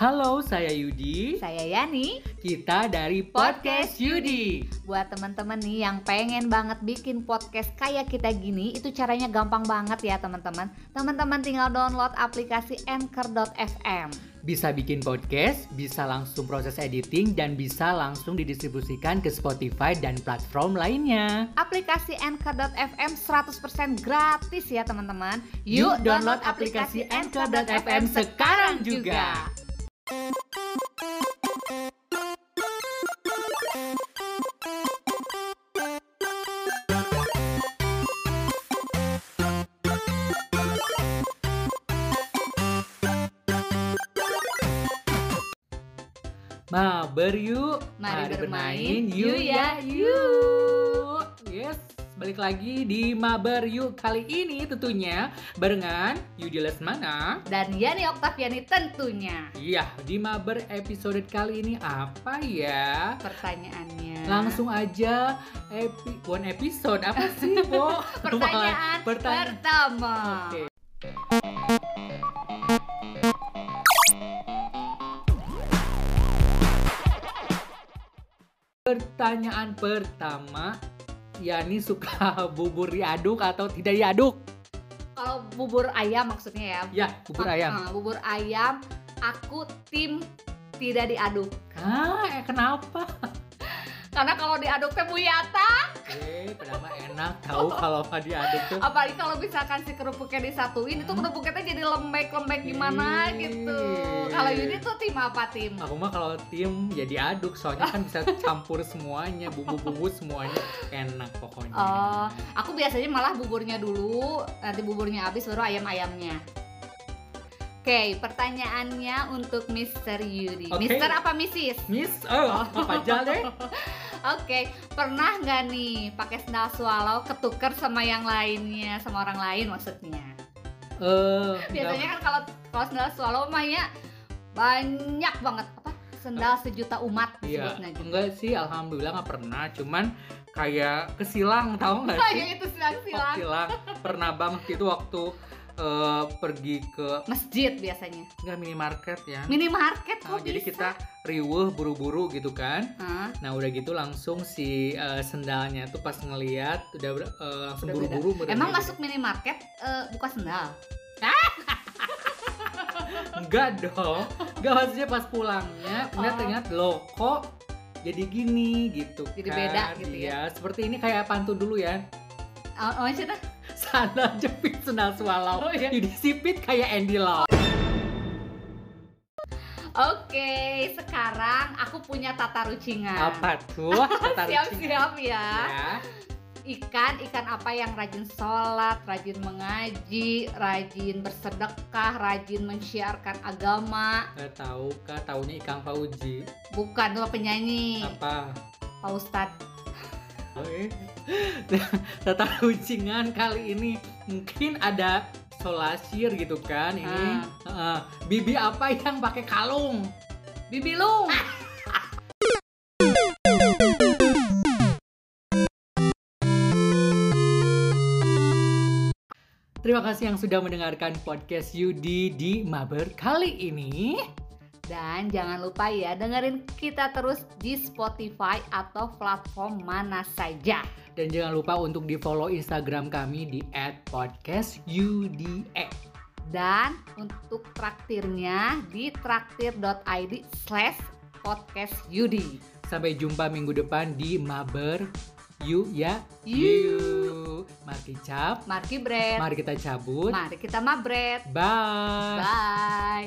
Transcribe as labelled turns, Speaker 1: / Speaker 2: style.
Speaker 1: Halo, saya Yudi.
Speaker 2: Saya Yani.
Speaker 1: Kita dari Podcast Yudi.
Speaker 2: Buat teman-teman nih yang pengen banget bikin podcast kayak kita gini, itu caranya gampang banget ya teman-teman. Teman-teman tinggal download aplikasi Anchor.fm.
Speaker 1: Bisa bikin podcast, bisa langsung proses editing, dan bisa langsung didistribusikan ke Spotify dan platform lainnya.
Speaker 2: Aplikasi Anchor.fm 100% gratis ya teman-teman.
Speaker 1: Yuk download aplikasi Anchor.fm sekarang juga. Mabar yuk,
Speaker 2: Mari bermain, yuk ya yuk.
Speaker 1: Yes, balik lagi di Mabar yuk kali ini tentunya barengan Yudi Lesmana.
Speaker 2: Dan Yani Oktaviani tentunya.
Speaker 1: Iya, di Mabar episode kali ini apa ya?
Speaker 2: Pertanyaannya.
Speaker 1: Langsung aja epi one episode apa sih, Bo?
Speaker 2: Pertanyaan
Speaker 1: Pertanyaan.
Speaker 2: pertama.
Speaker 1: eh, Oke. Pertanyaan pertama, Yani suka bubur diaduk atau tidak diaduk?
Speaker 2: Kalau bubur ayam maksudnya
Speaker 1: Ya,
Speaker 2: ya.
Speaker 1: bubur
Speaker 2: Mak-
Speaker 1: ayam.
Speaker 2: eh, bubur ayam aku tim tidak diaduk.
Speaker 1: Ah, eh, kenapa?
Speaker 2: Karena kalau diaduk teh buyatan.
Speaker 1: Eh, kenapa enak tahu kalau nggak diaduk tuh.
Speaker 2: Apalagi kalau misalkan si kerupuknya disatuin itu
Speaker 1: Hmm.
Speaker 2: kerupuknya teh jadi lembek-lembek gimana
Speaker 1: Ih.
Speaker 2: gitu. Kalau Yudi tuh tim apa tim?
Speaker 1: Aku mah kalau tim ya diaduk, soalnya kan bisa campur semuanya, bumbu-bumbu semuanya enak pokoknya.
Speaker 2: Oh, aku biasanya malah buburnya dulu, nanti buburnya habis baru ayam-ayamnya. Oke, pertanyaannya untuk Mr. Yudi.
Speaker 1: Oke.
Speaker 2: Mister apa Mrs?
Speaker 1: Miss, eh apa aja deh?
Speaker 2: Oke, pernah nggak nih pakai sendal swallow ketuker sama yang lainnya, sama orang lain maksudnya?
Speaker 1: Eh,
Speaker 2: Biasanya kan kalau kalau sendal swallow mah ya banyak banget apa? Sendal sejuta umat
Speaker 1: Iya,
Speaker 2: disebutnya gitu.
Speaker 1: enggak sih, alhamdulillah nggak pernah. Cuman kayak kesilang, tahu nggak
Speaker 2: Kayak
Speaker 1: sih?
Speaker 2: itu silang silang
Speaker 1: Kesilang. Pernah banget itu waktu eh, pergi ke
Speaker 2: masjid biasanya.
Speaker 1: enggak minimarket ya.
Speaker 2: Minimarket
Speaker 1: Nah,
Speaker 2: kok bisa? Ah.
Speaker 1: jadi kita riweuh buru-buru gitu kan.
Speaker 2: Hah?
Speaker 1: Nah udah gitu langsung si eh, sendalnya tuh pas ngeliat udah ber- eh, langsung
Speaker 2: Udah beda.
Speaker 1: buru-buru. bener-bener.
Speaker 2: Emang masuk minimarket eh, buka sendal?
Speaker 1: Enggak dong. Enggak maksudnya pas pulangnya udah
Speaker 2: Oh.
Speaker 1: teringat loh kok jadi gini gitu
Speaker 2: Jadi
Speaker 1: kan.
Speaker 2: beda gitu ya.
Speaker 1: Iya, seperti ini kayak pantun dulu ya.
Speaker 2: Oh, oh, maksudnya
Speaker 1: Sana jepit sendal swallow.
Speaker 2: Oh, iya. Nah.
Speaker 1: Yudi sipit kayak Andy Lau.
Speaker 2: Oke, sekarang aku punya tata rucingan.
Speaker 1: Apa tuh? Taruh
Speaker 2: Siap-siap ya.
Speaker 1: Ya.
Speaker 2: Ikan, ikan apa yang rajin sholat, rajin mengaji, rajin bersedekah, rajin mensiarkan agama.
Speaker 1: Gak tahu kak, taunya Ikang Fauji.
Speaker 2: Bukan tuh penyanyi,
Speaker 1: Apa?
Speaker 2: Pak Ustadz.
Speaker 1: Oke. Tata rucingan kali ini mungkin ada solasir gitu kan ini.
Speaker 2: Ah.
Speaker 1: Heeh. bibi apa yang pakai kalung?
Speaker 2: Bibi Lung.
Speaker 1: Terima kasih yang sudah mendengarkan podcast Yudi di Maber kali ini.
Speaker 2: Dan jangan lupa ya dengerin kita terus di Spotify atau platform mana saja.
Speaker 1: Dan jangan lupa untuk di follow Instagram kami di @podcastuda.
Speaker 2: dan untuk traktirnya di traktir.id slash podcast Yudi.
Speaker 1: Sampai jumpa minggu depan di Maber. Yuk ya.
Speaker 2: Yuk.
Speaker 1: Yuk. Mari cap.
Speaker 2: Marki Bread.
Speaker 1: Mari kita cabut.
Speaker 2: Mari kita mabret.
Speaker 1: Bye.
Speaker 2: Bye.